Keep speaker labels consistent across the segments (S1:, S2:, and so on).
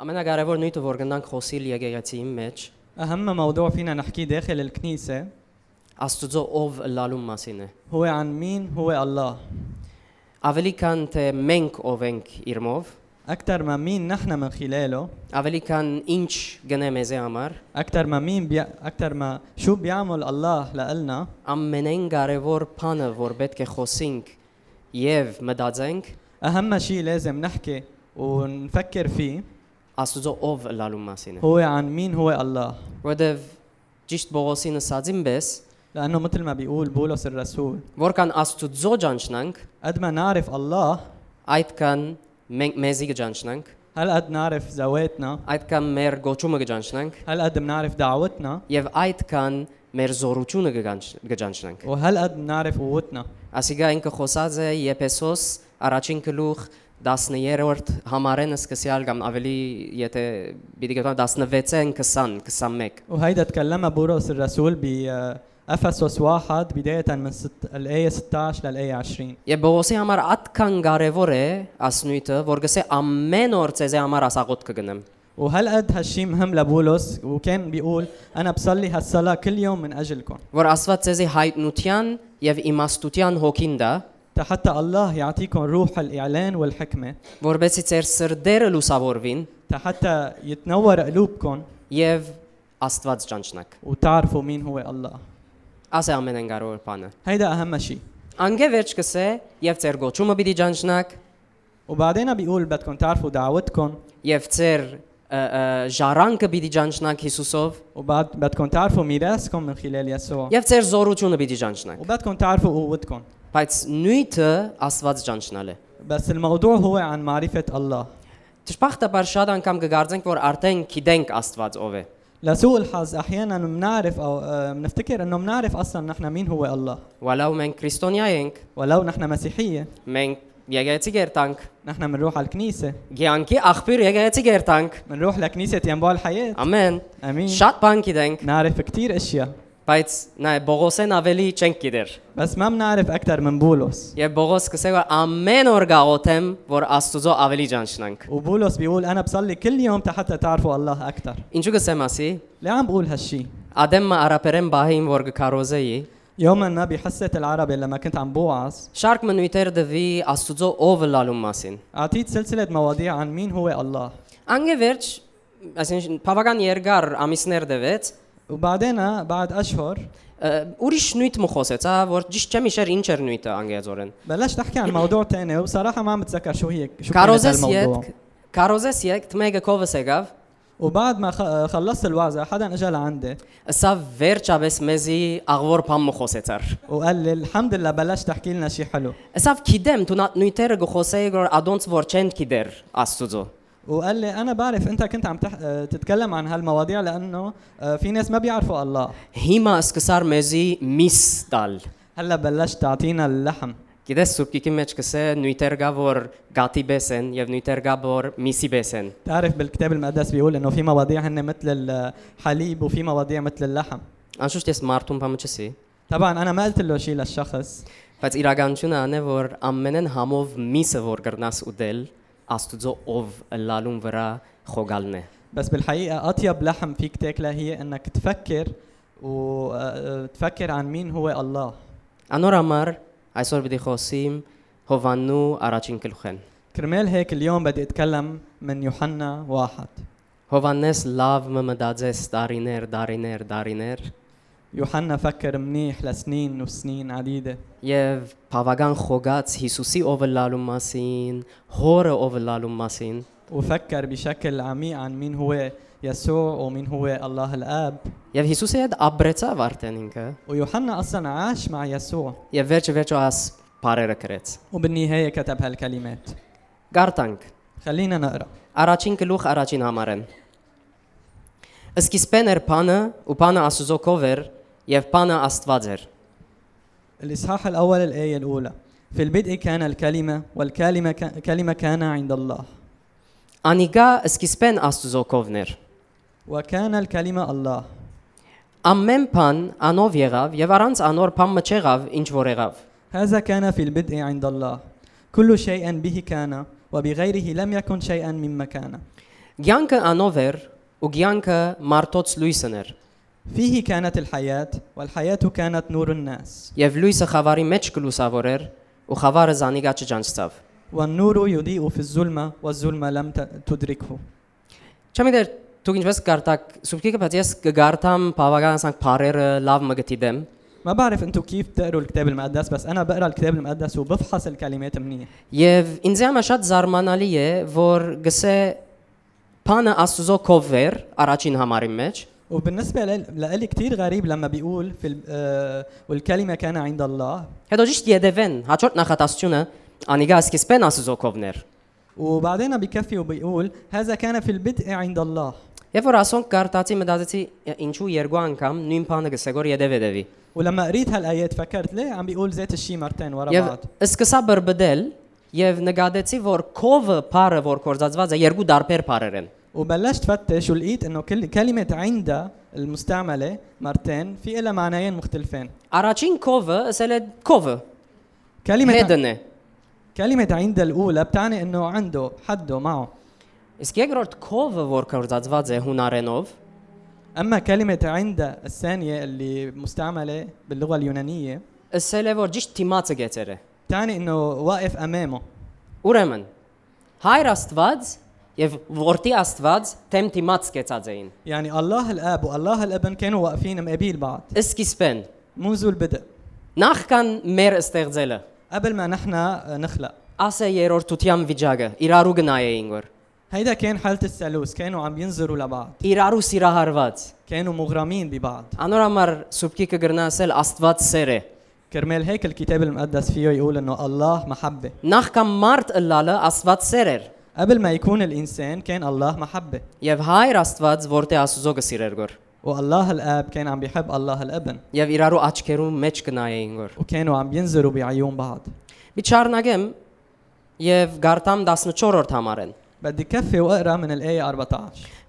S1: Ամենակարևոր նույնը որ գնանք խոսիլ եկեղեցիի մեջ
S2: أهم موضوع فينا نحكيه داخل الكنيسة
S1: Աստուծո ով լալու մասին է։
S2: هو عن مين هو الله
S1: Ավելի քան թե մենք ով ենք իրmov,
S2: أكثر ما مين نحن من خلاله
S1: ավելի քան ինչ գնե մեզի համար,
S2: أكثر ما مين بي... أكثر ما شو بيعمل الله لإلنا
S1: ամենայն կարևոր բանը որ պետք է խոսենք եւ մտածենք
S2: أهم شيء لازم نحكي ونفكر فيه
S1: Աստուծո ով լալու մասին է։
S2: هو عن مين هو الله
S1: Որտեւ ճիշտ Պողոսին ասածին պես,
S2: لأنه مثل ما بيقول بولس الرسول
S1: որքան Աստուծո ճանչնանք,
S2: قد ما نعرف الله
S1: այդքան մենք մեզի ճանչնանք,
S2: هل قد نعرف ذواتنا
S1: այդքան մեր գոչումը ճանչնանք
S2: هل قد بنعرف دعوتنا
S1: եւ այդքան մեր զորությունը ճանչնանք։
S2: وهل قد بنعرف قوتنا
S1: Ասիգա ինքը խոսած է Եփեսոս առաջին գլուխ 13-րդ համարենը սկսյալ կամ ավելի եթե պիտի գտա 16-ին 20 21
S2: وهيدا تكلم بولس الرسول ب آه، افسس واحد بدايه من ست... الايه 16 للايه 20
S1: Եվ Պողոսի համար այդքան կարևոր է ասնույթը, որ գսե ամեն օր ցեզի համար ասաղոտ կգնեմ։
S2: وهل قد هالشي مهم لبولس وكان بيقول انا بصلي هالصلاه كل يوم من اجلكم
S1: Որ Աստված ցեզի հայտնության եւ իմաստության հոգին դա,
S2: حتى الله يعطيكم روح الاعلان والحكمه
S1: որբեսի ցեր սրդերը լուսավորվին
S2: حتى يتنور قلوبكم
S1: եւ Աստված ճանչնակ։
S2: وتعرفوا مين هو الله
S1: Ասե ամենն կարևոր բանը։
S2: هيدا اهم شيء
S1: Անգե վերջ գսե եւ ցեր գոչումը պիտի ճանչնակ,
S2: وبعدين بيقول بدكم تعرفوا دعوتكم
S1: եւ ծեր ը, ը, ժարանքը պիտի ճանչնանք Հիսուսով
S2: وبعد بدكم تعرفوا ميراثكم من خلال يسوع
S1: եւ ծեր զորությունը պիտի ճանչնանք
S2: وبدكم تعرفوا قوتكم
S1: բայց նույթը աստված ճանչնալ է
S2: بس الموضوع هو عن معرفة الله
S1: Ճշփախտաբար շատ անգամ կգարձենք որ արդեն գիտենք աստված ով է
S2: لسوء الحظ احيانا بنعرف او آه، بنفتكر انه بنعرف اصلا نحن مين هو الله
S1: ولو մենք քրիստոնյա ենք
S2: ولو نحن مسيحيه
S1: մենք եկեղեցի գերտանք
S2: نحن بنروح على الكنيسه
S1: ցանկի աղբյուր եկեղեցի գերտանք
S2: بنروح لكنيسه ينبوع الحياه
S1: ամեն
S2: امين
S1: շատ բան գիտենք
S2: نعرف كثير اشياء
S1: բայց նայ Բողոսեն ավելի չենք գիտեր
S2: بس ما بنعرف اكثر من بولس
S1: եւ Բողոս կսե որ ամեն օր գաղոթեմ որ աստուծո ավելի ճանչնանք
S2: وبولس بيقول انا بصلي كل يوم حتى تعرفوا الله اكثر
S1: ինչու կսեմ ասի
S2: ليه عم بقول هالشي
S1: Ադեմը արաբերեն բահին որ գկարոզեի
S2: يوما ما بحصه العربي لما كنت عم بوعظ
S1: Շարք մնույթեր դվի Աստուծո ով լալու մասին։
S2: اعطيت سلسله مواضيع عن مين هو الله
S1: Անգևերջ, այսինքն բավական երկար ամիսներ դվեց,
S2: وبعدين آه، بعد اشهر
S1: ը, ուրիշ նույթ մը խոսեցա, որ ճիշտ չեմ իշեր ինչ էր նույթը անգեզորեն։
S2: بلشت احكي عن موضوع تاني وصراحه ما عم بتذكر شو هي شو كان
S1: Կարոզես
S2: الموضوع
S1: յետ, կարոզես յետ մեգա կովս եկավ,
S2: وبعد ما خ- خلصت الوعظه حدا اجى لعندي
S1: սա վերջապես մեզի աղվոր բամ մը խոսեցար։
S2: وقال لي الحمد لله بلشت تحكي لنا شيء حلو
S1: Սա գիտեմ, դու նա- նույթերը գխոսեի որ ադոնց որ չեն գիդեր Աստուծո։
S2: وقال لي انا بعرف انت كنت عم تح... آه، تتكلم عن هالمواضيع لانه آه، في ناس ما بيعرفوا الله
S1: Հիմա սկսար մեզի միս տալ։
S2: هلا بلشت تعطينا اللحم
S1: Գիտես սուրբիկի մեջ կսե նույթեր գա որ գատի բեսեն եւ նույթեր գա որ միսի բեսեն։
S2: تعرف بالكتاب المقدس بيقول انه في مواضيع هن مثل الحليب وفي مواضيع مثل اللحم
S1: Անշուշտ ես մարդուն բամը չսի,
S2: طبعا انا ما قلت له شيء للشخص
S1: բայց իրականությունը անե որ ամենն համով միսը որ կրնաս ուդել աստուծո ով լալուն վրա խոգալն է։
S2: بس بالحقيقه اطيب لحم فيك تاكله هي انك تفكر وتفكر عن مين هو الله
S1: Անոր համար այսօր պիտի խոսիմ Հովաննու առաջին գլուխեն։
S2: كرمال هيك اليوم بدي اتكلم من يوحنا واحد
S1: Հովաննես լավ մը մտածես տարիներ, տարիներ, տարիներ
S2: يوحنا فكر منيح لسنين وسنين عديدة
S1: եւ բավական խոգած Հիսուսի ով լալու մասին, հորը ով լալու մասին
S2: وفكر بشكل عميق عن مين هو يسوع ومين هو الله الآب
S1: Եվ Հիսուսի հետ ապրեցավ արդեն ինքը
S2: ويوحنا أصلا عاش مع يسوع
S1: եւ վերջը վերջը աս բարերը գրեց։
S2: وبالنهاية كتب هالكلمات
S1: Գարտանք
S2: خلينا نقرأ
S1: առաջին գլուխ առաջին համարեն։ Սկիզբեն էր բանը ու բանը Աստուծո կով էր եւ բանը Աստված էր։
S2: الإصحاح الأول الآية الأولى في البدء كان الكلمة والكلمة كا- كلمة كان عند الله
S1: Անիգա սկիզբեն Աստուծո կովն էր։
S2: وكان الكلمة الله
S1: Ամեն բան անով եղավ եւ առանց անոր բան մը չեղավ ինչ որ եղավ։
S2: هذا كان في البدء عند الله كل شيء به كان وبغيره لم يكن شيئا مما كان
S1: Գյանքը անով էր ու գյանքը մարդոց լույսն էր։
S2: فيه كانت الحياة والحياة كانت نور الناس
S1: Եվ լույսը խավարի մեջ գլուսավոր էր ու խավարը զանիգա չջանցավ։
S2: والنور يضيء في الظلمة والظلمة لم ت- تدركه
S1: Չեմ իդեր դուք ինչպես գարտակ սուբկիկը բայց ես կգարտամ բավական ասենք բարերը լավ մը գտիդեմ։
S2: ما بعرف انتوا كيف بتقروا الكتاب المقدس بس انا بقرا الكتاب المقدس وبفحص الكلمات منيح
S1: Եվ ինձ համար շատ զարմանալի է, որ գսե Փանը Աստուծո կովեր առաջին համարի մեջ
S2: وبالنسبة لل- لإلي كتير غريب لما بيقول في ال- آه، والكلمة كان عند الله
S1: Հետո ճիշտ յետևեն հաջորդ նախատասությունը անիգա սկիզբեն Աստուծո կովներ։
S2: وبعدين بكفي وبيقول هذا كان في البدء عند الله
S1: Եվ որ ասոնք կարտացի մտածեցի ինչու երկու անգամ նույն բանը գսեգոր յետևեդեվի։
S2: ولما قريت هالايات فكرت ليه عم بيقول ذات الشيء مرتين ورا
S1: Եվ
S2: بعض
S1: սկսա բրբդել եւ նկատեցի, որ կովը բարը որ կորզածված է երկու դարբեր բարեր են։
S2: وبلشت فتش ولقيت انه كل كلمه عند المستعمله مرتين في لها معنيين مختلفين
S1: Առաջին կովը ասել է կովը,
S2: كلمه
S1: հետն է։
S2: كلمه عند الاولى بتعني انه عنده حده معه
S1: Իսկ երկրորդ կովը որ կորզածված է հունարենով,
S2: اما كلمه عند الثانيه اللي مستعمله باللغه اليونانيه
S1: ասել է որ ճիշտ դիմացը գեցեր է
S2: بتعني انه واقف امامه
S1: ուրեմն հայր աստված եւ որդի աստված թեմ դիմաց գեցած էին
S2: يعني الله الاب والله الابن كانوا واقفين مقابل بعض
S1: սկիզբեն
S2: منذ البدء
S1: նախքան մեր ստեղծելը
S2: قبل ما نحن نخلق
S1: ասե երրորդության վիճակը իրարու գնայեին որ
S2: هيدا كان حاله الثالوث كانوا عم ينظروا لبعض
S1: իրարու սիրահարված
S2: كانوا مغرمين ببعض
S1: անորամար սուբկի կգրնա ասել աստված սեր է
S2: كرمال هيك الكتاب المقدس فيه يقول انه الله محبه
S1: նախքան մարդ ըլլալը աստված սեր էր
S2: قبل ما يكون الانسان كان الله محبه
S1: եւ հայր աստված որդի աստուծո գսիրեր որ
S2: والله الاب كان عم بيحب الله الابن
S1: եւ իրարու աչքերու մեջ գնայեին որ
S2: وكانوا عم ينظروا بعيون بعض
S1: միջառնագեմ եւ գարտամ 14-րդ համարեն
S2: بدي كفي واقرا من الايه 14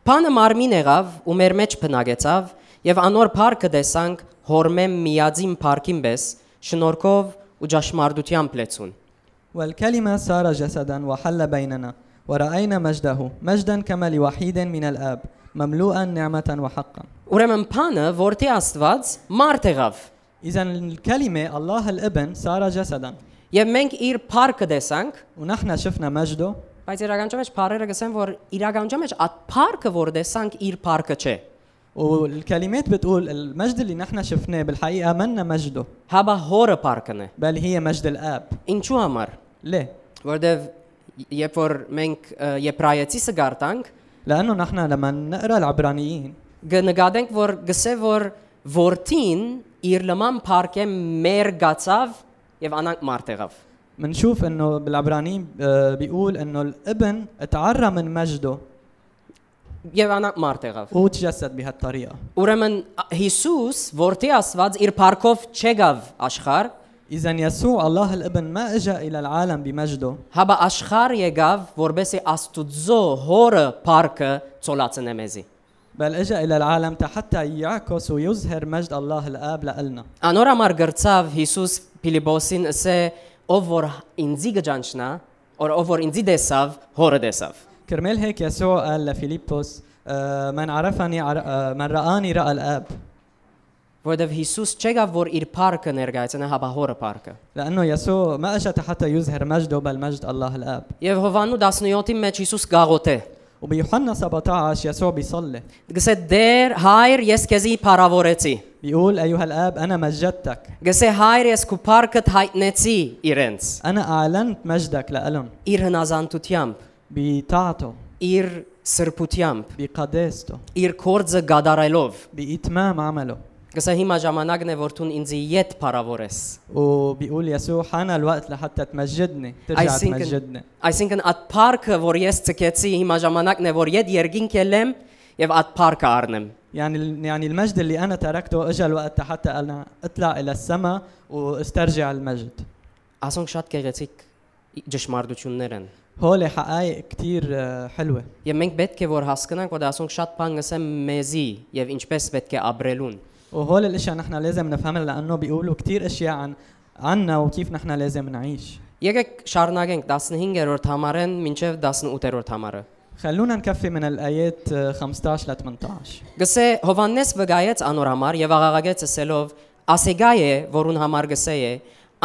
S1: Փանը մարմին եղավ ու մեր մեջ բնակեցավ եւ անոր парքը տեսանք հորմեմ միածին парքին պես շնորհքով ու ճաշմարդությամբ լեցուն
S2: والكلمه صار جسدا وحل بيننا وراينا مجده مجدا كما لوحيد من الاب مملوءا نعمه وحقا
S1: ուրեմն փանը որտի աստված մարդ եղավ
S2: اذا الكلمه الله الابن صار جسدا
S1: եւ մենք իր парքը տեսանք
S2: ونحن شفنا مجده
S1: բայց իրականության մեջ парերը գսեն որ իրականության մեջ այդ парքը որ տեսանք իր парքը չէ
S2: والكلمات بتقول المجد اللي نحن شفناه بالحقيقه منا مجده
S1: հաբա Հա, հորը парքն է
S2: بل هي مجد الاب
S1: ինչու համար
S2: ليه
S1: որտեվ երբ որ մենք ը, եբրայեցիսը գարտանք
S2: لانه نحن لما نقرا العبرانيين
S1: գնկադենք որ գսե որ որտին իր լման парքը մեր գացավ եւ անանք մարտեղավ
S2: بنشوف انه بالعبرانيين آه، بيقول انه الابن تعرى من مجده
S1: եւ անանք մարտեղավ
S2: وتجسد بهالطريقه
S1: ուրեմն ա- Հիսուս որտի ասված իր парքով չեգավ աշխար
S2: اذا يسوع الله الابن ما اجى الى العالم بمجده
S1: հաբա աշխար հա, եկավ որբեսի աստուծո հորը парքը ծոլացնե մեզի
S2: بل اجى الى العالم حتى يعكس ويظهر مجد الله الاب لنا
S1: անոր համար գրծավ Հիսուս Ֆիլիպոսին ասե ով որ ինձի գճանչնա որ ով որ ինձի դեսավ հորը դեսավ
S2: كرمال هيك يسوع قال لفيليبوس آه، من عرفني عر... آه، من رآني رأى الاب
S1: որովհետև Հիսուս չեգավ որ իր парքը ներկայացնե հաբա հորը парքը
S2: لانه يسوع ما اجى حتى يظهر مجده بل مجد الله الاب
S1: Եվ Հովաննու 17-ի մեջ Հիսուս գաղոթե։
S2: وبيوحنا 17 يسوع بيصلي
S1: Գսե դեր հայր ես քեզի փարավորեցի։
S2: بيقول أيها الآب أنا مجدتك
S1: Գսե հայր ես քու парքդ հայտնեցի իրենց։
S2: أنا أعلنت مجدك لألهم
S1: Իր հնազանդությամբ,
S2: بطاعته
S1: իր սրբությամբ,
S2: بقداسته
S1: իր կորձը գադարելով։
S2: بإتمام عمله
S1: Գսե հիմա ժամանակն է որ ցուն ինձի յետ փարավորես։
S2: وبيقول يسوع حان الوقت لحتى تمجدني ترجع تمجدني
S1: այսինքն այդ парքը որ ես ցկեցի հիմա ժամանակն է որ յետ երկին կելեմ եւ այդ парքը առնեմ։
S2: يعني يعني المجد اللي أنا تركته أجا الوقت حتى أنا أطلع إلى السماء واسترجع المجد
S1: Ասոնք շատ գեղեցիկ ճշմարտություններ են։
S2: هول حقائق كتير آه، حلوة
S1: Եվ մենք պետք է որ հասկանանք, որ դասոնք շատ բան գսեմ մեզի եւ ինչպես պետք է ապրելուն։
S2: وهول الأشياء نحن لازم نفهمها لأنه بيقولوا كتير أشياء عن عنا وكيف نحن لازم نعيش
S1: Եկեք շարունակենք 15-րդ համարեն մինչև 18-րդ համարը։
S2: خلونا نكفي من الآيات آه، 15 ل 18
S1: Գսե Հովաննես վգայեց անոր համար եւ աղաղակեց ասելով. «Ասեգայ է, որուն համար գսե է,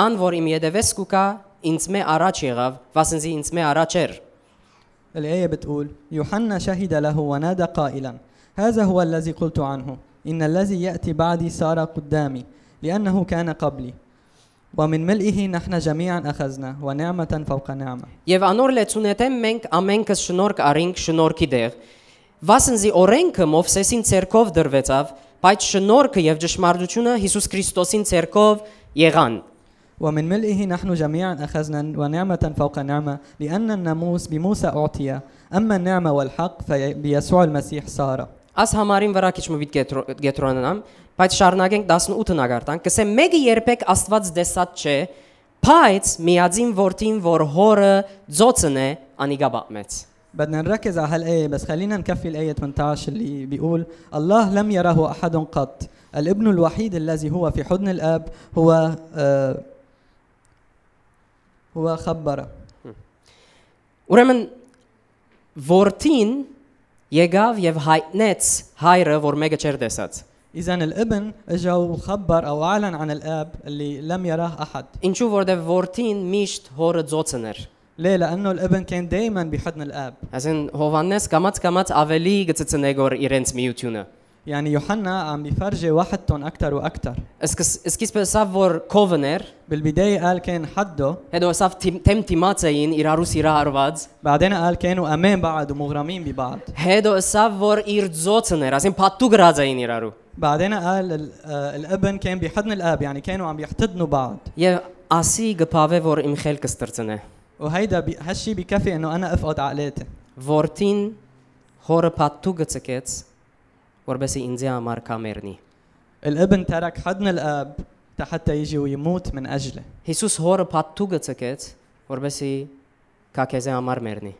S1: ան որ իմ յետևես կուկա, ինձ մե առաջ եղավ, վասնզի ինձ մե առաջ էր»։
S2: الآية بتقول يوحنا شهد له ونادى قائلا هذا هو الذي قلت عنه إن الذي يأتي بعدي صار قدامي لأنه كان قبلي ومن ملئه نحن جميعا أخذنا ونعمة فوق نعمة
S1: Եվ անոր լեցունեթե մենք ամենքս շնորհք արինք շնորհքի դեղ։ Վասնզի օրենքը Մովսեսին ցերկով դրվեցավ, բայց շնորհքը եւ ճշմարտությունը Հիսուս Քրիստոսին ցերկով եղան։
S2: ومن ملئه نحن جميعا أخذنا ونعمة فوق نعمة لأن الناموس بموسى أعطي أما النعمة والحق فبيسوع المسيح صار
S1: Աս համարին վրա քիչ մոտ գետրոնանամ, բայց շարունակենք 18-ն ագարտանք։ Կսեմ մեկը երբեք Աստված դեսած չէ, բայց միածին որդին, որ հորը ծոցն է, անիգա բապմեց։
S2: بدنا نركز على هالآية بس خلينا نكفي الآية 18 اللي بيقول الله لم يره أحد قط الابن الوحيد الذي هو في حضن الآب هو آه هو خبر
S1: Ուրեմն որդին եկավ եւ հայտնեց հայրը, որ մեկը չեր դեսած։
S2: إذا الابن اجا وخبر أو أعلن عن الآب اللي لم يراه أحد
S1: Ինչու որտեվ որդին միշտ հորը ծոցն էր։
S2: ليه لأنه الابن كان دايما بحضن الآب
S1: Այսին Հովաննես կամած կամած ավելի գծծնե գոր իրենց միությունը։
S2: يعني يوحنا عم بيفرجي وحدتهم أكثر وأكثر
S1: Սկս սկիզբս ասավ որ կովներ
S2: بالبداية قال كان حده
S1: Հետո ասավ թիմ- թեմ թիմաց էին իրարու սիրահարված։
S2: بعدين قال كانوا أمام بعض ومغرمين ببعض
S1: Հետո ասավ որ իր ծոցն էր, ասին փաթու գրած էին իրարու։
S2: بعدين قال ال- آه، الابن كان بيحضن الاب يعني كانوا عم يحتضنوا بعض
S1: Եվ ասի գփավե որ իմ խելքը ստրծնե։
S2: وهيدا بي هالشي بكفي انه انا افقد عقلاتي
S1: Որդին հորը փաթու գծկեց, որբեսի ինձի համար կամերնի։
S2: الابن ترك حضن الاب حتى يجي ويموت من اجلي
S1: Հիսուս հորը փաթու գծկեց, որբեսի կակեզե համար մերնի։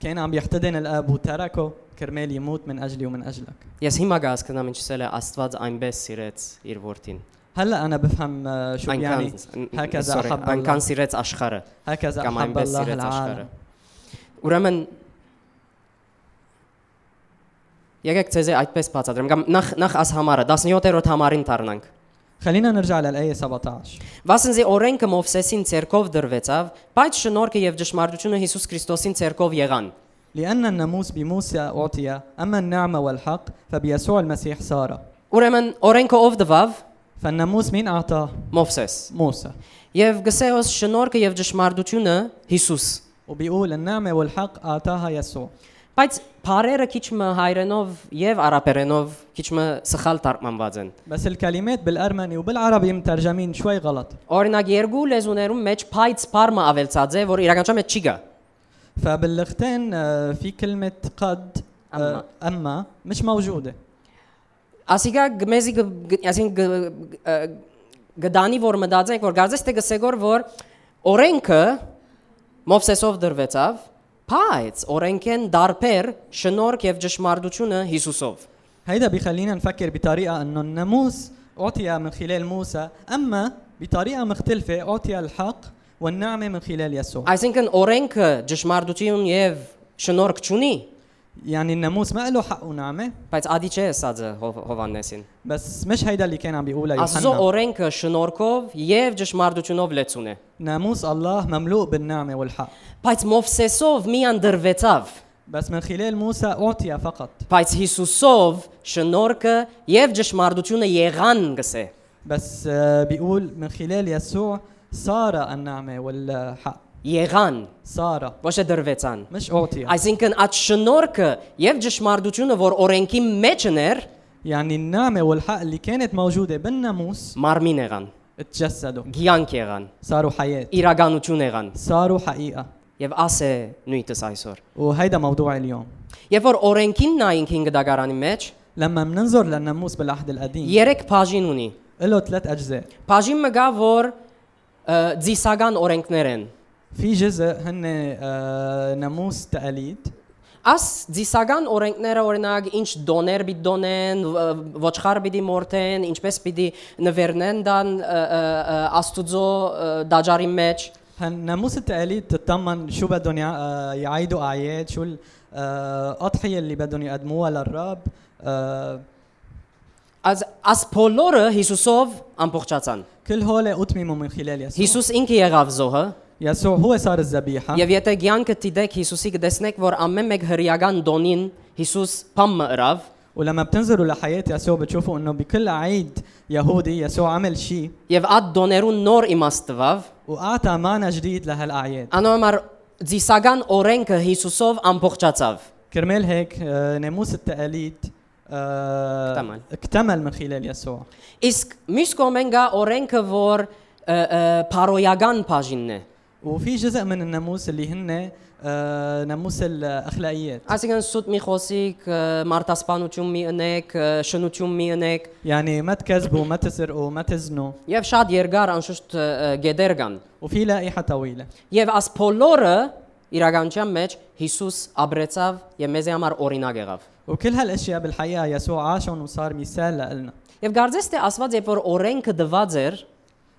S2: كان عم يحتضن الاب وتركه كرمال يموت من اجلي ومن اجلك
S1: Ես հիմա գահսկնամ ինչ ասել է Աստված այնպես սիրեց իր որդին։
S2: هلا انا بفهم آه، شو يعني هكذا
S1: sorry,
S2: احب الله
S1: այնքան սիրեց աշխարհը,
S2: هكذا
S1: կամ
S2: احب
S1: այնպես
S2: الله
S1: սիրեց աշխարհը։
S2: العالم
S1: Ուրեմն Եկեք ցեզ այդպես բացատրեմ կամ նախ նախ աս համարը 17-րդ համարին դառնանք։
S2: خلينا նրջա للايه 17
S1: Վասնզի օրենքը Մովսեսին ցերկով դրվեցավ, բայց շնորհքը եւ ճշմարտությունը Հիսուս Քրիստոսին ցերկով եղան։
S2: لان الناموس بموسى اعطي اما النعمه والحق فبيسوع المسيح صار
S1: Ուրեմն օրենքը ով դվավ
S2: فالناموس مين اعطاه
S1: Մովսես։
S2: موسى
S1: Եվ գսեոս շնորհքը եւ ճշմարտությունը Հիսուս։
S2: وبيقول النعمة والحق أعطاها يسوع
S1: Բայց բարերը քիչ մը հայրենով եւ արաբերենով քիչ մը սխալ թարգմանված են։
S2: بس الكلمات بالأرمني وبالعربي مترجمين شوي غلط
S1: Օրինակ երկու լեզուներում մեջ փայծ բարմը ավելցած է, որ իրականչամ մեջ չի գա։
S2: فباللغتين آه، في كلمة قد آه، أما مش موجودة
S1: Ասիկա գմեզի ասին գդանի որ մտածած ենք որ գարձես թե գսեգոր որ օրենքը Մովսեսով դրվեցավ, բայց օրենքեն դարբեր շնորհք եւ ճշմարտությունը Հիսուսով։
S2: هيدا بيخلينا نفكر بطريقة أنه الناموس أعطي من خلال موسى أما بطريقة مختلفة أعطي الحق والنعمة من خلال يسوع
S1: Այսինքն օրենքը ճշմարտություն եւ շնորհք չունի,
S2: يعني الناموس ما له حق ونعمة
S1: բայց ադի չէ ասածը Հով- Հովաննեսին։
S2: بس مش هيدا اللي كان عم بيقوله
S1: Աստծո
S2: يوحنا
S1: օրենքը շնորհքով եւ ճշմարտությունով լեցուն է։
S2: ناموس الله مملوء بالنعمة والحق
S1: Բայց Մովսեսով միան դրվեցավ,
S2: بس من خلال موسى أعطي فقط
S1: բայց Հիսուսով շնորհքը եւ ճշմարտությունը եղան գսե։
S2: بس آه، بيقول من خلال يسوع صار النعمة والحق
S1: Եղան,
S2: صار
S1: ոչ թե դրվեցան։
S2: مش أعطي
S1: Այսինքն այդ շնորհքը եւ ճշմարտությունը, որ օրենքի մեջ ներ,
S2: يعني النعمة والحق اللي كانت موجودة بالناموس
S1: մարմին եղան,
S2: تجسدوا
S1: գյանք եղան,
S2: صاروا حياة
S1: իրականություն եղան
S2: صاروا حقيقة
S1: եւ ասե նույնտես այսօր։
S2: وهيدا موضوع اليوم
S1: Երբ որ օրենքին նայենք 5 դագարանի մեջ,
S2: لما بننظر للناموس بالعهد القديم
S1: 3 բաժին ունի։
S2: له ثلاث أجزاء
S1: Բաժին մը գա որ ը, ձիսական օրենքներ են։
S2: في جزء هن آه، ناموس تقاليد
S1: Աս դիսական օրենքները օրինակ ինչ դոներ պիտի դոնեն, վ- ոչխար պիտի մորթեն, ինչպես պիտի նվերնեն դան ը, ը, ը, աստուծո ը, դաջարի մեջ։
S2: هالناموس التقاليد تتضمن شو بدهم يع- آه، يعيدوا أعياد شو ال- آه، أضحية لبدني أدمو على الرب آه،
S1: Աս աս բոլորը Հիսուսով ամբողջացան։
S2: كل هؤلاء أتمموا من خلال يسوع
S1: Հիսուս ինքը եղավ զոհը,
S2: يسوع هو صار الذبيحة
S1: եւ եթե ցանկը դիտեք Հիսուսի կտեսնեք, որ ամեն մեկ հրյական դոնին Հիսուս փամը ըրավ,
S2: ولما بتنظروا لحياة يسوع بتشوفوا انه بكل عيد يهودي يسوع عمل شيء
S1: եւ այդ դոներուն նոր իմաստ տվավ։
S2: واعطى معنى جديد لهالاعياد
S1: Անոմար Ձիսական օրենքը Հիսուսով ամբողջացավ։
S2: كرمال هيك آه، ناموس التقاليد آه،
S1: اكتمل.
S2: اكتمل من خلال يسوع
S1: Իսկ մյուս կողմեն գա օրենքը, որ ը, ը, փարոյական բաժինն է։
S2: وفي جزء من الناموس اللي هن آه، ناموس الاخلاقيات
S1: Այսինքն սուտ մի խոսիկ, ը, մարտասպանություն մի ընեք, ը, շնություն մի ընեք,
S2: يعني ما تكذبوا ما تسرقوا ما تزنوا
S1: եւ շատ երկար անշուշտ ը, ը, գեդեր կան։
S2: وفي لائحه طويله
S1: Եվ աս բոլորը իրականության մեջ Հիսուս ապրեցավ եւ մեզի համար օրինակ եղավ։
S2: وكل هالاشياء بالحقيقه يسوع عاشهم وصار مثال لنا
S1: Եվ կարծես թե Աստված երբ որ օրենքը դված էր,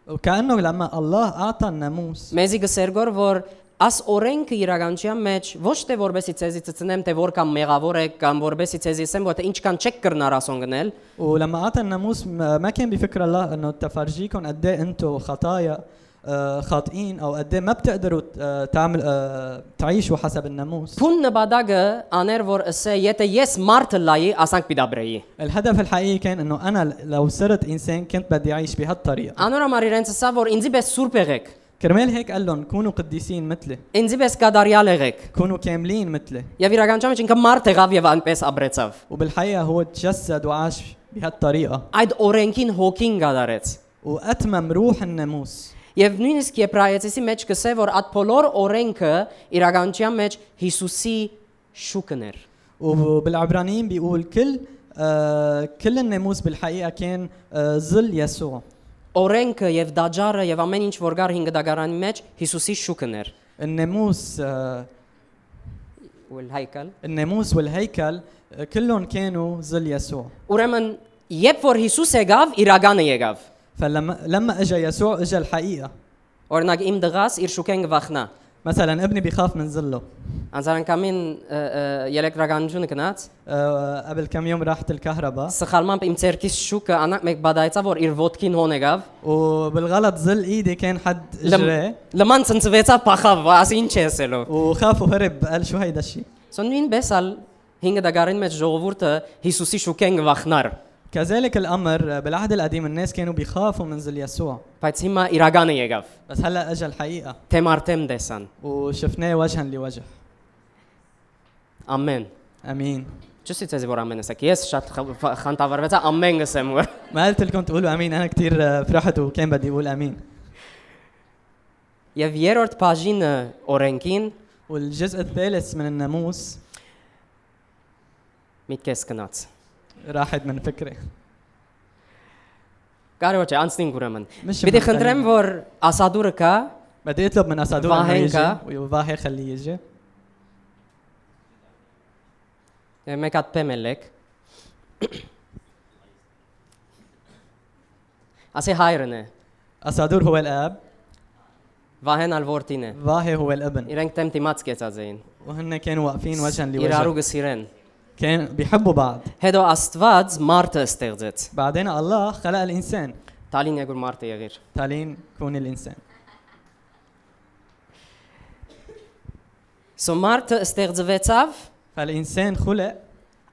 S2: وكانه لما الله اعطى الناموس
S1: մեզի գսերգոր որ աս օրենքը իրականության մեջ ոչ թե որբեսի ցեզի ծծնեմ, թե որ կամ մեղավոր եք կամ որբեսի ցեզի ասեմ, որ թե ինչ կան չեք կրնար ասոն գնել,
S2: ولما اعطى الناموس ما ما كان بفكر الله انه تفرجيكم قد ايه انتم خطايا آه، خاطئين او قد إيه ما بتقدروا آه، تعمل آه، تعيشوا حسب الناموس
S1: Քուն նպատակը աներ որ ասե, եթե ես մարդը լայի, ասանք պիտաբրեի։
S2: الهدف الحقيقي كان انه انا لو صرت انسان كنت بدي اعيش بهالطريقه
S1: Անորոմար իրենց ասա որ ինձի պես սուրբ եղեք,
S2: كرمال هيك قال لهم كونوا قديسين مثلي
S1: ինձի պես կադարյալ եղեք։
S2: كونوا كاملين مثلي
S1: Եվ իրականության մեջ ինքը մարդ եղավ եւ այնպես ապրեցավ։
S2: وبالحقيقه هو تجسد وعاش بهالطريقه
S1: Այդ օրենքին հոգին գադարեց։
S2: واتمم روح الناموس
S1: Եվ նույնիսկ Եբրայեցի մեջ գսե որ այդ բոլոր օրենքը իրականության մեջ Հիսուսի շուկն էր։
S2: وبالعبرانيين بيقول كل آه كل الناموس بالحقيقه كان آه ظل يسوع
S1: Օրենքը եւ դաջարը եւ ամեն ինչ որ գար 5 դագարանի մեջ Հիսուսի շուկն էր։
S2: الناموس آه
S1: Ul haykal
S2: الناموس والهيكل آه كلهم كانوا ظل يسوع
S1: Ուրեմն երբ որ Հիսուս եկավ, իրականը եկավ։
S2: فلما لما اجى يسوع اجى الحقيقه
S1: Օրինակ իմ դղաս իր շուկեն գվախնա։
S2: مثلا ابني بيخاف من ظله
S1: Անձանքամին էլեկտրականությունը գնաց,
S2: آه قبل كم يوم راحت الكهرباء
S1: սխալմամբ իմ ցերկիս շուկը անակ մեկ բադայցա որ իր ոդկին հոն եկավ։
S2: وبالغلط ظل ايدي كان حد
S1: լմ-
S2: اجراه
S1: Լման ցնցվեցա փախավ, ասի ինչ է ասելու։
S2: وخاف وهرب قال شو هيدا الشيء
S1: Սոնին բեսալ հինգ դագարին մեջ ժողովուրդը Հիսուսի շուկեն գվախնար,
S2: كذلك الامر بالعهد القديم الناس كانوا بيخافوا من ظل يسوع
S1: բայց հիմա իրականը եկավ։
S2: بس هلا اجى الحقيقه
S1: Թե մարդեմ դեսան։
S2: وشفناه وجها لوجه
S1: Ամեն։
S2: امين
S1: Ճիշտ է որ ամենը ասեք։ Ես շատ խ- խ- խանդավառվեցա ամեն գսեմ որ։
S2: ما قلت لكم تقولوا امين انا كثير آه، فرحت وكان بدي اقول امين
S1: Եվ երրորդ բաժինը օրենքին
S2: والجزء الثالث من الناموس
S1: միտքես գնաց։
S2: راحت من فكري
S1: Կարևոր չէ, անցնենք ուրեմն։
S2: Միշտ
S1: Պետք է
S2: մտքային
S1: խնդրեմ,
S2: է։
S1: որ ասադուրը կա,
S2: بدي اطلب من اسادور انه
S1: فاهين
S2: يجي
S1: كا.
S2: وفاهي خليه يجي
S1: եւ մեկ հատ պեմելեք։ Ասի հայրն է,
S2: اسادور هو الاب
S1: Վահեն Ալվորտին է։
S2: فاهي هو الابن
S1: Իրենք դեմ դիմաց կեցած էին։
S2: وهن كانوا واقفين وجها
S1: Իրարու
S2: لوجه
S1: գսիրեն։
S2: كان بيحبوا بعض
S1: Հետո Աստված մարդը ստեղծեց։
S2: بعدين الله خلق الانسان
S1: Տալին եկուր մարդը եղիր։
S2: تعالين كون الانسان
S1: Սո մարդը ստեղծվեցավ
S2: فالانسان خلق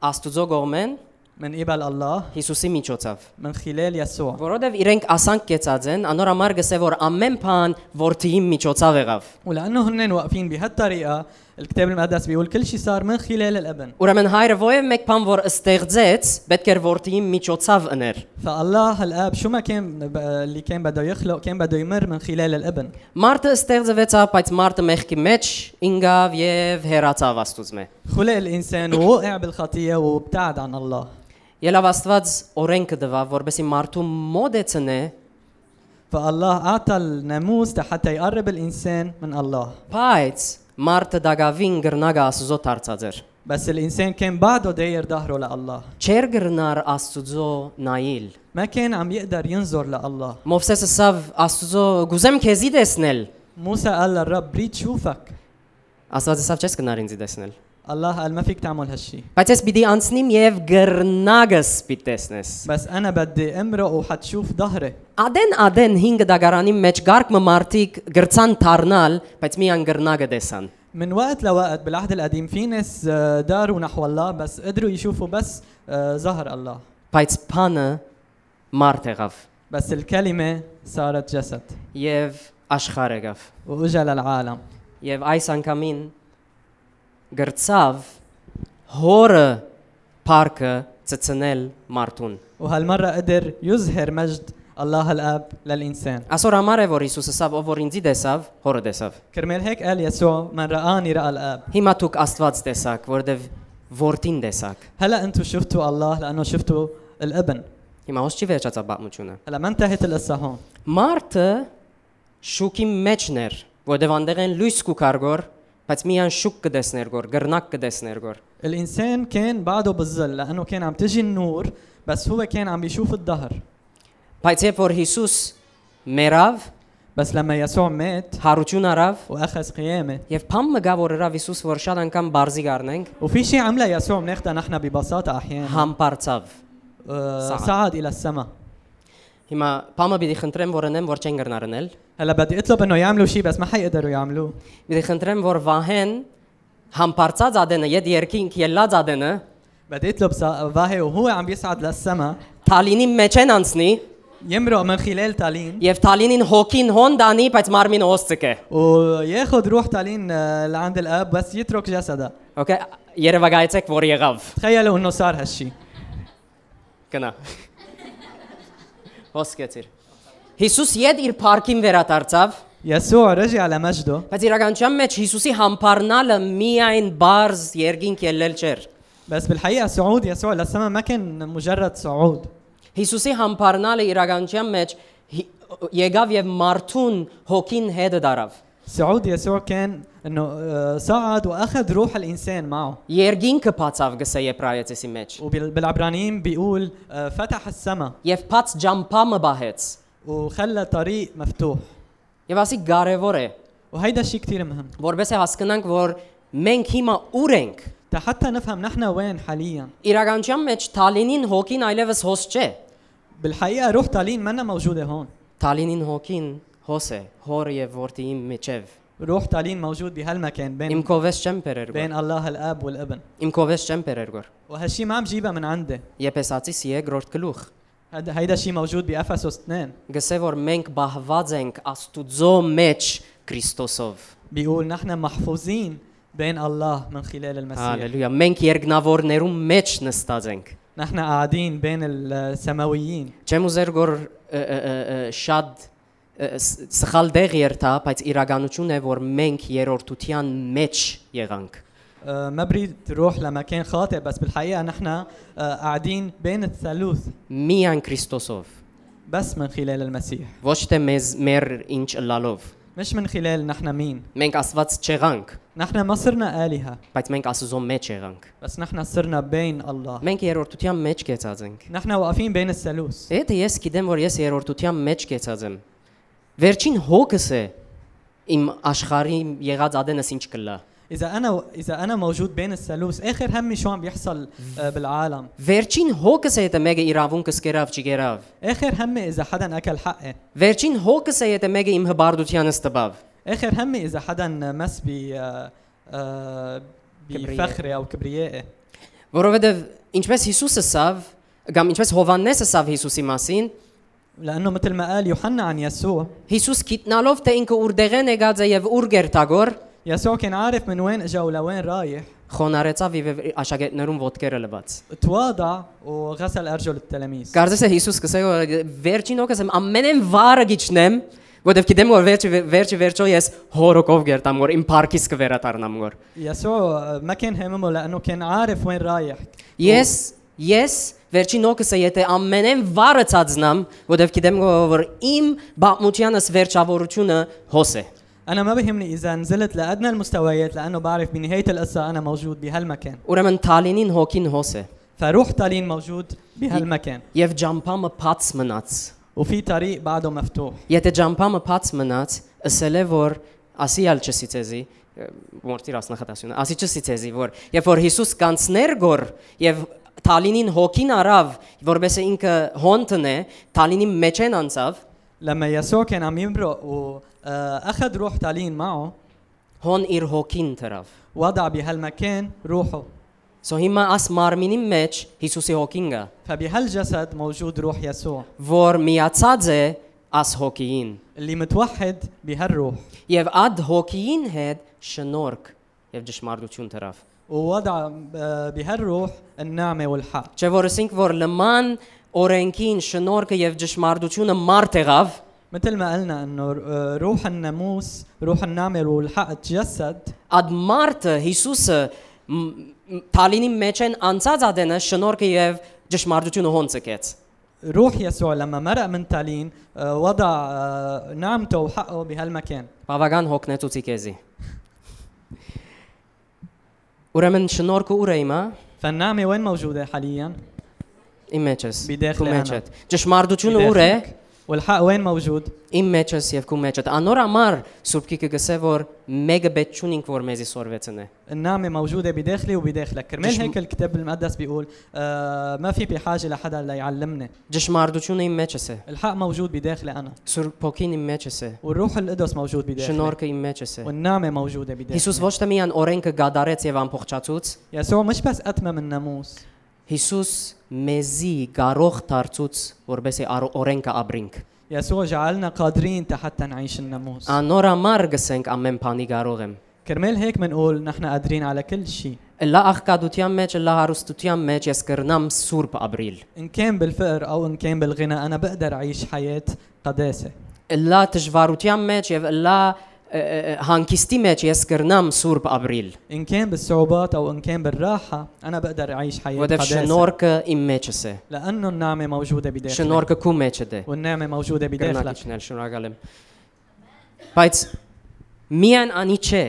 S1: Աստուծո գողմեն
S2: من قبل الله
S1: Հիսուսի միջոցով։
S2: من خلال يسوع
S1: Որովհետև իրենք ասանք կեցած են, անոր համար գսե որ ամեն բան որդիի միջոցով եղավ։
S2: ولانه هن واقفين بهالطريقه الكتاب المقدس بيقول كل شيء صار من خلال الابن
S1: Ուրեմն հայրը ովև մեկ բան որ ստեղծեց, պետք էր որդիի միջոցով ըներ։
S2: فالله الاب شو ما كان ب- اللي كان بده يخلق كان بده يمر من خلال الابن
S1: Մարտը ստեղծվեցավ, բայց մարտը մեղքի մեջ ինգավ եւ հերացավ Աստուծմե։
S2: خلق الانسان ووقع بالخطيه وابتعد عن الله
S1: Ելավ Աստված օրենքը տվա, որբեսի մարդու մոդեցնե,
S2: فالله اعطى الناموس حتى يقرب الانسان من الله
S1: բայց մարտը դակավին գրնագա Աստուծո դարձածեր։
S2: بس الانسان كان بعده داير ظهره لله
S1: Չեր գրնար Աստուծո նայիլ։
S2: ما كان عم يقدر ينظر لله
S1: Մովսեսը ասավ Աստուծո գուզեմ քեզի տեսնել։
S2: موسى قال للرب ريد شوفك
S1: Աստված ասավ չես գնար ինձի տեսնել։
S2: الله ما فيك تعمل هالشي
S1: Բայց ես պիտի անցնեմ եւ գրնագս պիտի տեսնես։
S2: بس انا بدي امرق وحتشوف ظهري
S1: Ադեն ադեն 5 դագարանի մեջ գարկը մարտիկ գրցան թառնալ, բայց մի անգրնագը տեսան։
S2: من وقت لوقت بالعهد القديم في ناس آه، داروا نحو الله بس قدروا يشوفوا بس آه، ظهر الله
S1: Բայց փանը մարտ եղավ
S2: بس الكلمة صارت جسد
S1: եւ աշխարհ եղավ։
S2: وإجا للعالم
S1: Եվ այս անգամին գրցավ հորը парքը ծծնել մարդուն։
S2: وهالمرة قدر يظهر مجد الله الآب للإنسان
S1: Այսօր համար է որ Հիսուսը սավ ով որ ինձի տեսավ, հորը տեսավ։
S2: كرمال هيك قال يسوع من رآني رأى الآب
S1: Հիմա դուք Աստված տեսակ, որովհետև որդին տեսակ։
S2: هلا انتم شفتوا الله لأنه شفتوا الابن
S1: Հիմա ոչ չի վերջացա բամությունը։
S2: هلا ما انتهت القصة هون
S1: Մարտը շուկի մեջն էր, որովհետև անտեղ են լույս կու կարգոր, բայց միան շուկ կտեսներ գոր, գրնակ կտեսներ գոր։
S2: الإنسان كان بعده بالظل لأنه كان عم تجي النور بس هو كان عم بيشوف الظهر
S1: Բայց երբ որ Հիսուս մեռավ,
S2: بس لما يسوع مات
S1: հառություն արավ
S2: وأخذ قيامة
S1: Եվ փամ մգա որ հրավ Հիսուս որ շատ անգամ բարձի գառնենք
S2: وفي شيء عمله يسوع بناخده نحن ببساطة أحيانا
S1: համբարձավ։
S2: آه،
S1: صعد.
S2: صعد إلى السماء
S1: Հիմա փամը պիտի խնդրեմ որ ընեմ որ չեն գրնարնել։
S2: هلا بدي اطلب انه يعملوا شيء بس ما حيقدروا يعملوه
S1: Պիտի խնդրեմ որ վահեն համբարձած ադենը յետ երկինք ելած ադենը
S2: بدي اطلب سا- فاهي وهو عم بيصعد للسماء
S1: Թալինի մեջ են անցնի
S2: يمرق من خلال تالين
S1: եւ Թալինին հոգին հոն դանի, բայց մարմին ոստկե։
S2: وياخذ روح تالين آه، لعند الاب بس يترك جسده
S1: Okay, Երևակայեցեք որ եղավ։
S2: تخيلوا انه صار هالشيء
S1: Գնա։ Ոսկեցիր։ Հիսուս յետ իր парքին վերադարձավ,
S2: يسوع رجع لمجده
S1: բայց իրականության մեջ Հիսուսի համբարնալը միայն բարձ երկինք ելել չէր։
S2: بس بالحقيقه صعود يسوع للسماء ما كان مجرد صعود
S1: Հիսուսի համբարնալը իրականության մեջ հի- եկավ եւ մարդուն հոգին հետ դարավ։
S2: صعود يسوع كان انه آه، صعد واخذ روح الانسان معه
S1: Երգինքը բացավ գսե Եբրայեցեսի մեջ։
S2: وبالعبرانيين بيقول آه، فتح السماء
S1: Եվ բաց ջամփամը բահեց։
S2: وخلى طريق مفتوح
S1: Եվ ասի կարևոր է,
S2: وهيدا الشيء كثير مهم
S1: որովհետեւ հասկանանք, որ մենք հիմա ուր ենք։
S2: تا حتى نفهم نحن وين حاليا
S1: Իրականության մեջ Թալինին հոգին այլևս հոս չէ։
S2: بالحقيقه روح تالين منا موجوده هون
S1: Թալինին հոգին հոս է, հոր եւ որդի իմ միջև։
S2: روح تالين موجود بهالمكان
S1: Իմ
S2: بين
S1: կովես չեմ բերերգոր։
S2: بين الله الاب والابن
S1: Իմ կովես չեմ բերերգոր։
S2: وهالشي ما عم جيبها من عندي
S1: Եփեսացիս 3-րդ գլուխ։
S2: هيدا هيدا الشيء موجود بافسس 2
S1: Գսե որ մենք բահված ենք Աստուծո մեջ Քրիստոսով։
S2: بيقول نحن محفوظين بين الله من خلال المسيح
S1: Հալելույա, մենք երկնավորներու մեջ նստած ենք։
S2: نحن قاعدين بين السماويين
S1: Չեմ ուզեր որ ը, ը, ը, ը, շատ ը, ս- սխալ դեղ երթա, բայց իրականությունն է որ մենք երրորդության մեջ եղանք։
S2: آه، ما بريد روح لمكان خاطئ بس بالحقيقه نحن آه، قاعدين بين الثالوث
S1: Միան Քրիստոսով,
S2: بس من خلال المسيح
S1: ոչ թե մեզ մեր ինչ լալով։
S2: مش من خلال نحن مين
S1: Մենք Աստված չեղանք,
S2: نحن ما صرنا آلهة
S1: բայց մենք Աստուծո մեջ եղանք։
S2: بس نحن صرنا بين الله
S1: Մենք երրորդության մեջ կեցած ենք։
S2: نحن واقفين بين الثالوث
S1: Եթե ես գիտեմ, որ ես երրորդության մեջ կեցած եմ։ Վերջին հոգս է իմ աշխարհի եղած ադենս ինչ կլա։
S2: إذا أنا إذا أنا موجود بين الثالوث آخر همي شو عم بيحصل آه، بالعالم
S1: Վերջին հոգս է եթե մեկը իրավունքս կերավ չգերավ։
S2: آخر همي إذا حدا أكل حقي
S1: Վերջին հոգս է եթե մեկը իմ հբարդությանս տպավ։
S2: آخر همي إذا حدا مس ب آه، آه،
S1: كبرياء.
S2: بفخري أو كبريائي
S1: Որովհետև ինչպես Հիսուսը սավ, կամ ինչպես Հովաննեսը սավ Հիսուսի մասին,
S2: لأنه مثل ما قال يوحنا عن يسوع
S1: Հիսուս գիտնալով թե ինքը ուրդեղեն եկած է եւ ուր գերտագոր,
S2: يسوع كان عارف من وين اجا ولوين رايح
S1: խոնարեցավ եւ աշակերտներուն ոտքերը լվաց։
S2: تواضع وغسل ارجل التلاميذ
S1: Կարծես է Հիսուս կսե որ վերջին հոգս եմ ամենեն վարը գիչնեմ, որովհետև գիտեմ որ վերջի վերջի վերջո ես հորոկով գերտամ, որ իմ парքից կվերադառնամ որ։
S2: يسوع ما كان هاممه لانه كان عارف وين رايح
S1: Ես ես վերջին հոգս է եթե ամենեն վարը ցածնամ, որովհետև գիտեմ գո- որ իմ բամությանս վերջավորությունը հոս է։
S2: انا ما بهمني اذا نزلت لادنى المستويات لانه بعرف بنهايه القصه انا موجود بهالمكان
S1: Ուրեմն Թալինին հոգին հոս է։
S2: فروح تالين موجود بهالمكان
S1: Եվ ջամփամը փած մնաց։
S2: وفي طريق بعده مفتوح
S1: Եթե ջամփամը փած մնաց, ասել է որ ասիալ չսիցեզի, մորտիր ասնախտասյուն ասիչս իցեզի որ երբ որ Հիսուս կանցներ գոր եւ Թալինին հոգին արավ որովհետեւ ինքը հոնտնե Թալինի մեջ են անցավ
S2: لما يسوع كان عم يمرق وأخذ روح تالين معه
S1: հոն իր հոգին դրավ
S2: وضع بهالمكان روحه
S1: so հիմա աս մարմինի մեջ Հիսուսի հոգին գա
S2: فبهالجسد موجود روح يسوع
S1: որ միացած է աս հոգին
S2: اللي متوحد بهالروح
S1: եւ ադ հոգին հետ շնորհք եւ ճշմարտություն դրավ
S2: ووضع آه، بهالروح النعمة والحق
S1: Չէ որ ասենք որ լման օրենքին շնորհքը եւ ճշմարտությունը մարդ եղավ,
S2: مثل ما قلنا انه آه، روح الناموس روح النعمة والحق تجسد
S1: ադ մարդը Հիսուսը մ- մ- Թալինի մեջ են անցած ադենը շնորհքը եւ ճշմարտությունը հոնցկեց։
S2: روح يسوع لما مرق من تالين آه، وضع آه، نعمته وحقه بهالمكان
S1: Բավական հոգնեցուցի քեզի։ Ուրեմն շնորհքը ուր է իմա։
S2: فالنعمة وين موجودة حاليا؟
S1: Իմ մեջս։
S2: Բիդեղ
S1: Քու
S2: լեհանա։
S1: մեջդ։ Ճշմարտությունը ուր է։
S2: بداخلك. والحق وين موجود؟
S1: Իմ մեջս եւ քու մեջդ։ Անոր համար Սուրբ Գիրքը գսե որ մեկը բետ չունինք որ մեզի սորվեցնե։
S2: النعمة موجودة بداخلي وبداخلك كرمال
S1: تشم-
S2: هيك الكتاب المقدس بيقول آه ما في بحاجة لحدا ليعلمني
S1: Ճշմարտությունը իմ մեջս է։
S2: الحق موجود بداخلي أنا
S1: Սուրբ Փոքին իմ մեջս է։
S2: والروح القدس موجود بداخلي
S1: Շնորհքը իմ մեջս է։
S2: والنعمة موجودة بداخلي
S1: Հիսուս ոչ թե միան օրենքը գադարեց եւ ամփոխացուց,
S2: يسوع مش بس أتمم الناموس
S1: Հիսուս մեզի գարող դարձուց, որբեսի ար- օրենքը ապրինք։
S2: يسوع جعلنا قادرين حتى نعيش الناموس
S1: Անոր համար գսենք ամեն բանի գարող եմ։
S2: كرمال هيك منقول نحن قادرين على كل شيء
S1: Լա աղկադության մեջ, լա հարստության մեջ ես կրնամ Սուրբ ապրիլ։
S2: إن كان بالفقر أو إن كان بالغنى أنا بقدر أعيش حياة قداسة
S1: Լա դժվարության մեջ եւ լա ը, ը, ը, հանգիստի մեջ ես կրնամ Սուրբ ապրիլ։
S2: إن كان بالصعوبات أو إن كان بالراحة أنا بقدر أعيش حياة
S1: Որտեւ
S2: قداسة
S1: շնորհքը իմ մեջս է։
S2: لأنه النعمة موجودة بداخلك
S1: Շնորհքը քո
S2: Դե,
S1: մեջդ է։
S2: والنعمة موجودة بداخلك
S1: Գրնակիցն էլ շնորհակալ եմ։ Բայց միան անի չէ։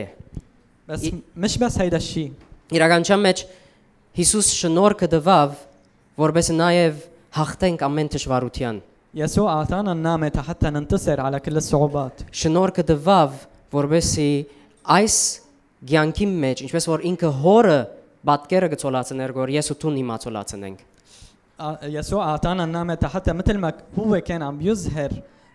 S2: بس
S1: إي-
S2: مش بس هيدا الشيء
S1: Իրականության մեջ Հիսուս շնորհքը տվավ, որբես նաև հաղթենք ամեն դժվարության։
S2: يسوع أعطانا النعمة حتى ننتصر على كل الصعوبات
S1: Շնորհքը տվավ, որբեսի այս ցանկի մեջ, ինչպես որ ինքը հորը բատկերը գցոլացներ գոր ես ու տուն հիմա ցոլացնենք։
S2: آ- آه، يسوع أعطانا النعمة حتى مثل ما هو كان عم يظهر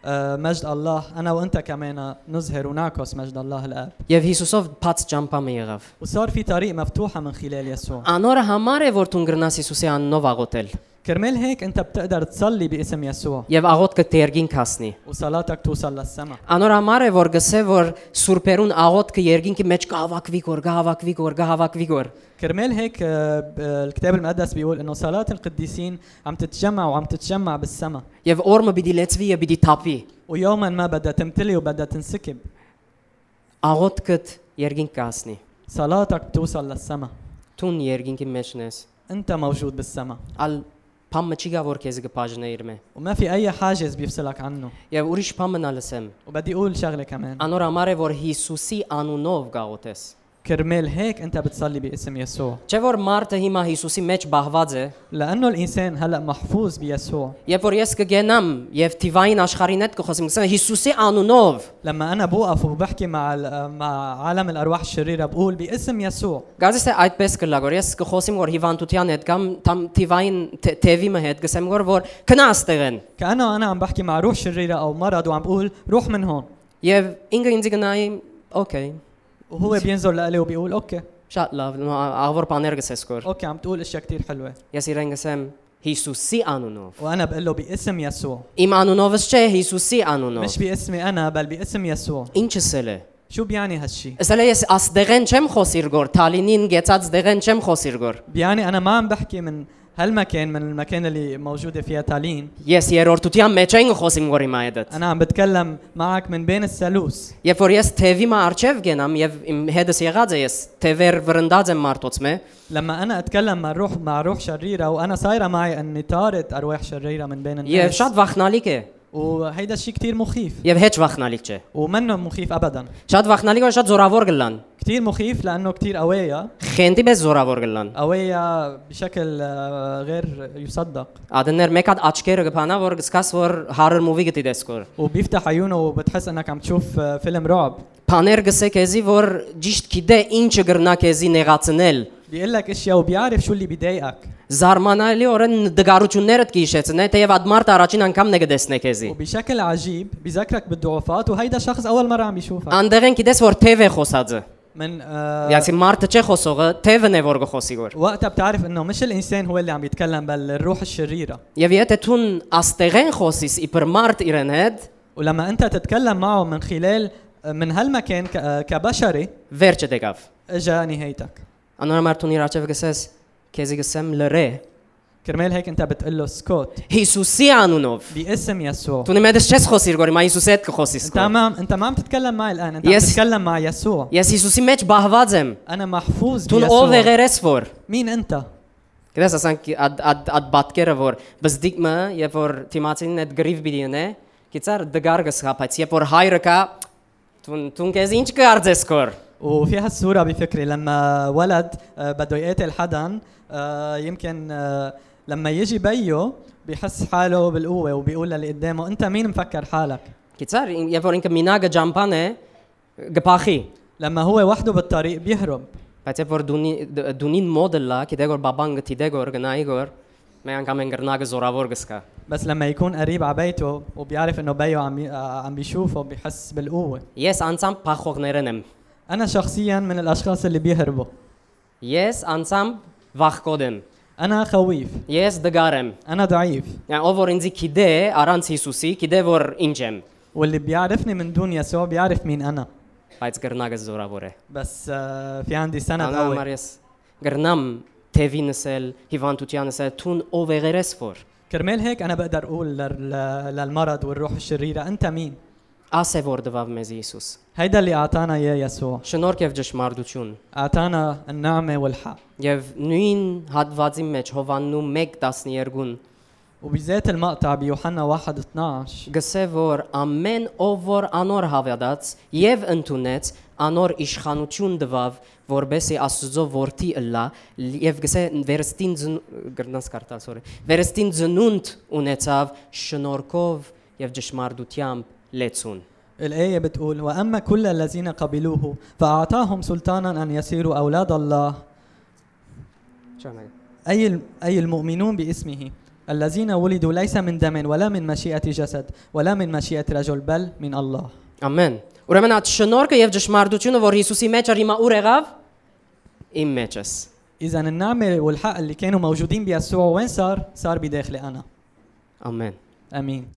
S2: آه، مجد الله أنا وأنت كمان نظهر ونعكس مجد الله الآب
S1: Եվ Հիսուսով բաց ճամփամը եղավ։
S2: وصار في طريق مفتوحة من خلال يسوع
S1: Անորը համար է որ տուն գրնաս Հիսուսի աննով աղոթել
S2: كرمال هيك أنت بتقدر تصلي باسم يسوع
S1: եւ աղոթքը դերգին հասնի։
S2: وصلاتك توصل للسماء
S1: Անոր համար է որ գսե որ սուրբերուն աղոտքը երկինքի մեջ կհավաքվի գոր, կհավաքվի գոր, կհավաքվի գոր։
S2: كرمال هيك آه، ب- آه، الكتاب المقدس بيقول انه صلاة القديسين عم تتجمع وعم تتجمع بالسماء
S1: Եվ օրը պիտի լեցվի եւ պիտի թափի։
S2: ويوما ما بدها تمتلي وبدها تنسكب
S1: Աղոտքդ երկինք կհասնի։
S2: صلاتك بتوصل للسماء
S1: Տուն երկինքի մեջն ես։
S2: انت موجود بالسماء
S1: Ալ փամը չի գա որ քեզ կբաժնե իր մե։
S2: وما في اي حاجز بيفصلك عنه
S1: Եվ ուրիշ փամը նալսեմ։
S2: وبدي اقول شغله كمان
S1: Անոր համար է որ Հիսուսի անունով գաղոտես։
S2: كرمال هيك انت بتصلي باسم يسوع
S1: Չէ որ մարդը հիմա Հիսուսի մեջ բահված է։
S2: لانه الانسان هلا محفوظ بيسوع
S1: Երբ որ ես կգենամ եւ Տիվային աշխարհին հետ կխոսեմ, կսեմ Հիսուսի անունով
S2: لما انا بوقف وبحكي مع ال- مع عالم الارواح الشريره بقول باسم يسوع
S1: Գազես է այդպես կլա որ ես կխոսեմ որ հիվանդության հետ կամ թամ թիվային թե- թևի մը հետ գսեմ որ որ քնած տեղեն
S2: كانه انا عم بحكي مع روح شريره او مرض وعم بقول روح من هون
S1: եւ ինքը ինձ գնայի օքեյ
S2: وهو بينظر لإلي وبيقول اوكي
S1: շատ լավ նո, ա- աղվոր բաներ գսես կոր
S2: اوكي عم تقول اشياء كثير حلوه
S1: ես իրեն գսեմ Հիսուսի անունով
S2: وانا بقول له باسم يسوع
S1: իմ անունովս չէ Հիսուսի
S2: مش
S1: անունով
S2: باسمي انا بل باسم يسوع
S1: ինչ ասել է
S2: شو بيعني هالشي
S1: ասել է ես աստեղեն չեմ խոսիր գոր Թալինին գեցած դեղեն չեմ խոսիր գոր
S2: بيعني انا ما عم بحكي من هالمكان من المكان اللي موجوده فيها تالين
S1: ես երրորդության մեջ այն խոսիմ գոր իմ այդդ
S2: انا عم بتكلم معك من بين الثالوث
S1: Երբ որ ես թևի մա արջև գնամ եւ իմ հետս եղած է ես թևեր վրընդած եմ մարդոց մե
S2: لما انا اتكلم مع روح مع روح شريره وانا صايره معي اني طارت ارواح شريره من بين
S1: Եվ
S2: الناس
S1: շատ վախնալիք է,
S2: وهيدا الشيء كثير مخيف
S1: եւ հեչ վախնալիք չէ։
S2: ومنه مخيف ابدا
S1: Շատ վախնալիք ու շատ զորավոր գլան։
S2: كثير مخيف لانه كثير قويه
S1: Խենտի մեծ զորավոր գլան։
S2: قويه بشكل آه، غير يصدق
S1: Ադներ մեկ հատ աչքերը գփանա, որ գսկաս որ horror movie գտի դեսկոր։
S2: وبيفتح عيونه وبتحس انك عم تشوف آه، فيلم رعب
S1: Փաներ գսե քեզի, որ ճիշտ գիտե ինչը գրնա քեզի նեղացնել։
S2: بيقول لك اشياء وبيعرف شو اللي بيضايقك
S1: Զարմանալի օրեն դգարություններդ կհիշեցնե, թեև այդ մարդ առաջին անգամն է գտեսնե քեզի։
S2: وبشكل عجيب بيذكرك بالضعفات وهيدا شخص اول مره عم يشوفك
S1: Անդեղ են գիտես որ թև է խոսածը։
S2: من آه،
S1: Յասի մարդը չէ խոսողը, թևն է որ գխոսի գոր։
S2: وقتها بتعرف انه مش الانسان هو اللي عم يتكلم بل الروح الشريره
S1: Եվ եթե ցուն աստեղեն խոսիս իբր մարդ իրեն հետ,
S2: ولما انت تتكلم معه من خلال من هالمكان ك- آه، كبشري
S1: վերջը դեկավ։
S2: اجا نهايتك
S1: Անոր մարդուն իր աչքը գսես, քեզի գսեմ լրե։
S2: كرمال هيك انت بتقول له اسكت
S1: Հիսուսի անունով։
S2: باسم يسوع
S1: Տունի մեդես չես խոսիր գորի, մայ Հիսուսի հետ կխոսիս։
S2: انت
S1: գոր։
S2: ما انت ما عم تتكلم معي الان انت عم
S1: Yes.
S2: تتكلم مع يسوع
S1: Ես Հիսուսի մեջ բահված եմ։
S2: انا محفوظ
S1: Տուն ով
S2: بيسوع
S1: եղերես որ։
S2: مين انت
S1: Գիտես ասանք ադ ադ ադ բատկերը որ բզդիկմը, երբ որ թիմացին այդ գրիվ բիդինե, գիծար դգարգս հապած, երբ որ հայրը կա, տուն տուն քեզ ինչ կարծես գոր։
S2: وفي هالصورة بفكري لما ولد آه، بده يقاتل حدا آه، يمكن آه، لما يجي بيو بحس حاله بالقوة وبيقول للي قدامه أنت مين مفكر حالك؟
S1: Գիտար, երբ որ ինքը մինագը ջամփան է, գփախի։
S2: لما هو وحده بالطريق بيهرب
S1: Բայց երբ որ դունի դ- դունին մոդելա, գիտե որ բաբան գտի դե գոր գնայի գոր, մեն անգամ են գրնագը զորավոր գսկա։
S2: بس لما يكون قريب على بيته وبيعرف انه بيو عم ي- آه، عم بيشوفه بحس بالقوة
S1: Ես անցամ փախողներն եմ։
S2: أنا شخصيا من الأشخاص اللي بيهربوا
S1: Ես անցամ վախկոդ եմ։
S2: أنا خويف
S1: Ես դգար եմ։
S2: أنا ضعيف
S1: Ան ով որ ինձ գիտե առանց Հիսուսի, գիտե որ ինչ եմ,
S2: واللي بيعرفني من دون يسوع بيعرف مين أنا
S1: բայց գրնագը զորավոր է։
S2: بس آه، في عندي سند
S1: Անա
S2: قوي
S1: Մարիաս գրնամ թևինսել, հիվանդությանսել, թուն ով եղերես որ։
S2: كرمال هيك انا بقدر اقول لل- للمرض والروح الشريره انت مين
S1: Ասե որ դվավ մեզ Հիսուս։
S2: هيدا اللي اعطانا اياه يسوع
S1: Շնորհք եւ ճշմարտություն։
S2: اعطانا النعمه والحق
S1: Եվ նույն հատվածի մեջ Հովաննու 1:12-ն
S2: وبالذات المقطع بيوحنا 1 12
S1: գսե որ ամեն ով որ անոր հավատաց եւ ընդունեց անոր իշխանություն տվավ որբեսի Աստծո որդի ըլլա եւ գսե վերստին գրնաս կարտալ sorry վերստին ծնունդ ունեցավ շնորհքով եւ ճշմարտությամբ լեցուն
S2: الايه بتقول واما كل الذين قبلوه فاعطاهم سلطانا ان يصيروا اولاد الله أي الم- أي المؤمنون باسمه الذين ولدوا ليس من دم ولا من مشيئة جسد ولا من مشيئة رجل بل من الله
S1: ամեն ուրեմն այդ շնորհքը եւ ճշմարտությունը որ Հիսուսի մեջ էր հիմա ուր եղավ իմ մեջս
S2: إذا النعمة والحق اللي كانوا موجودين بيسوع وين صار؟ صار بداخلي أنا
S1: ամեն
S2: آمين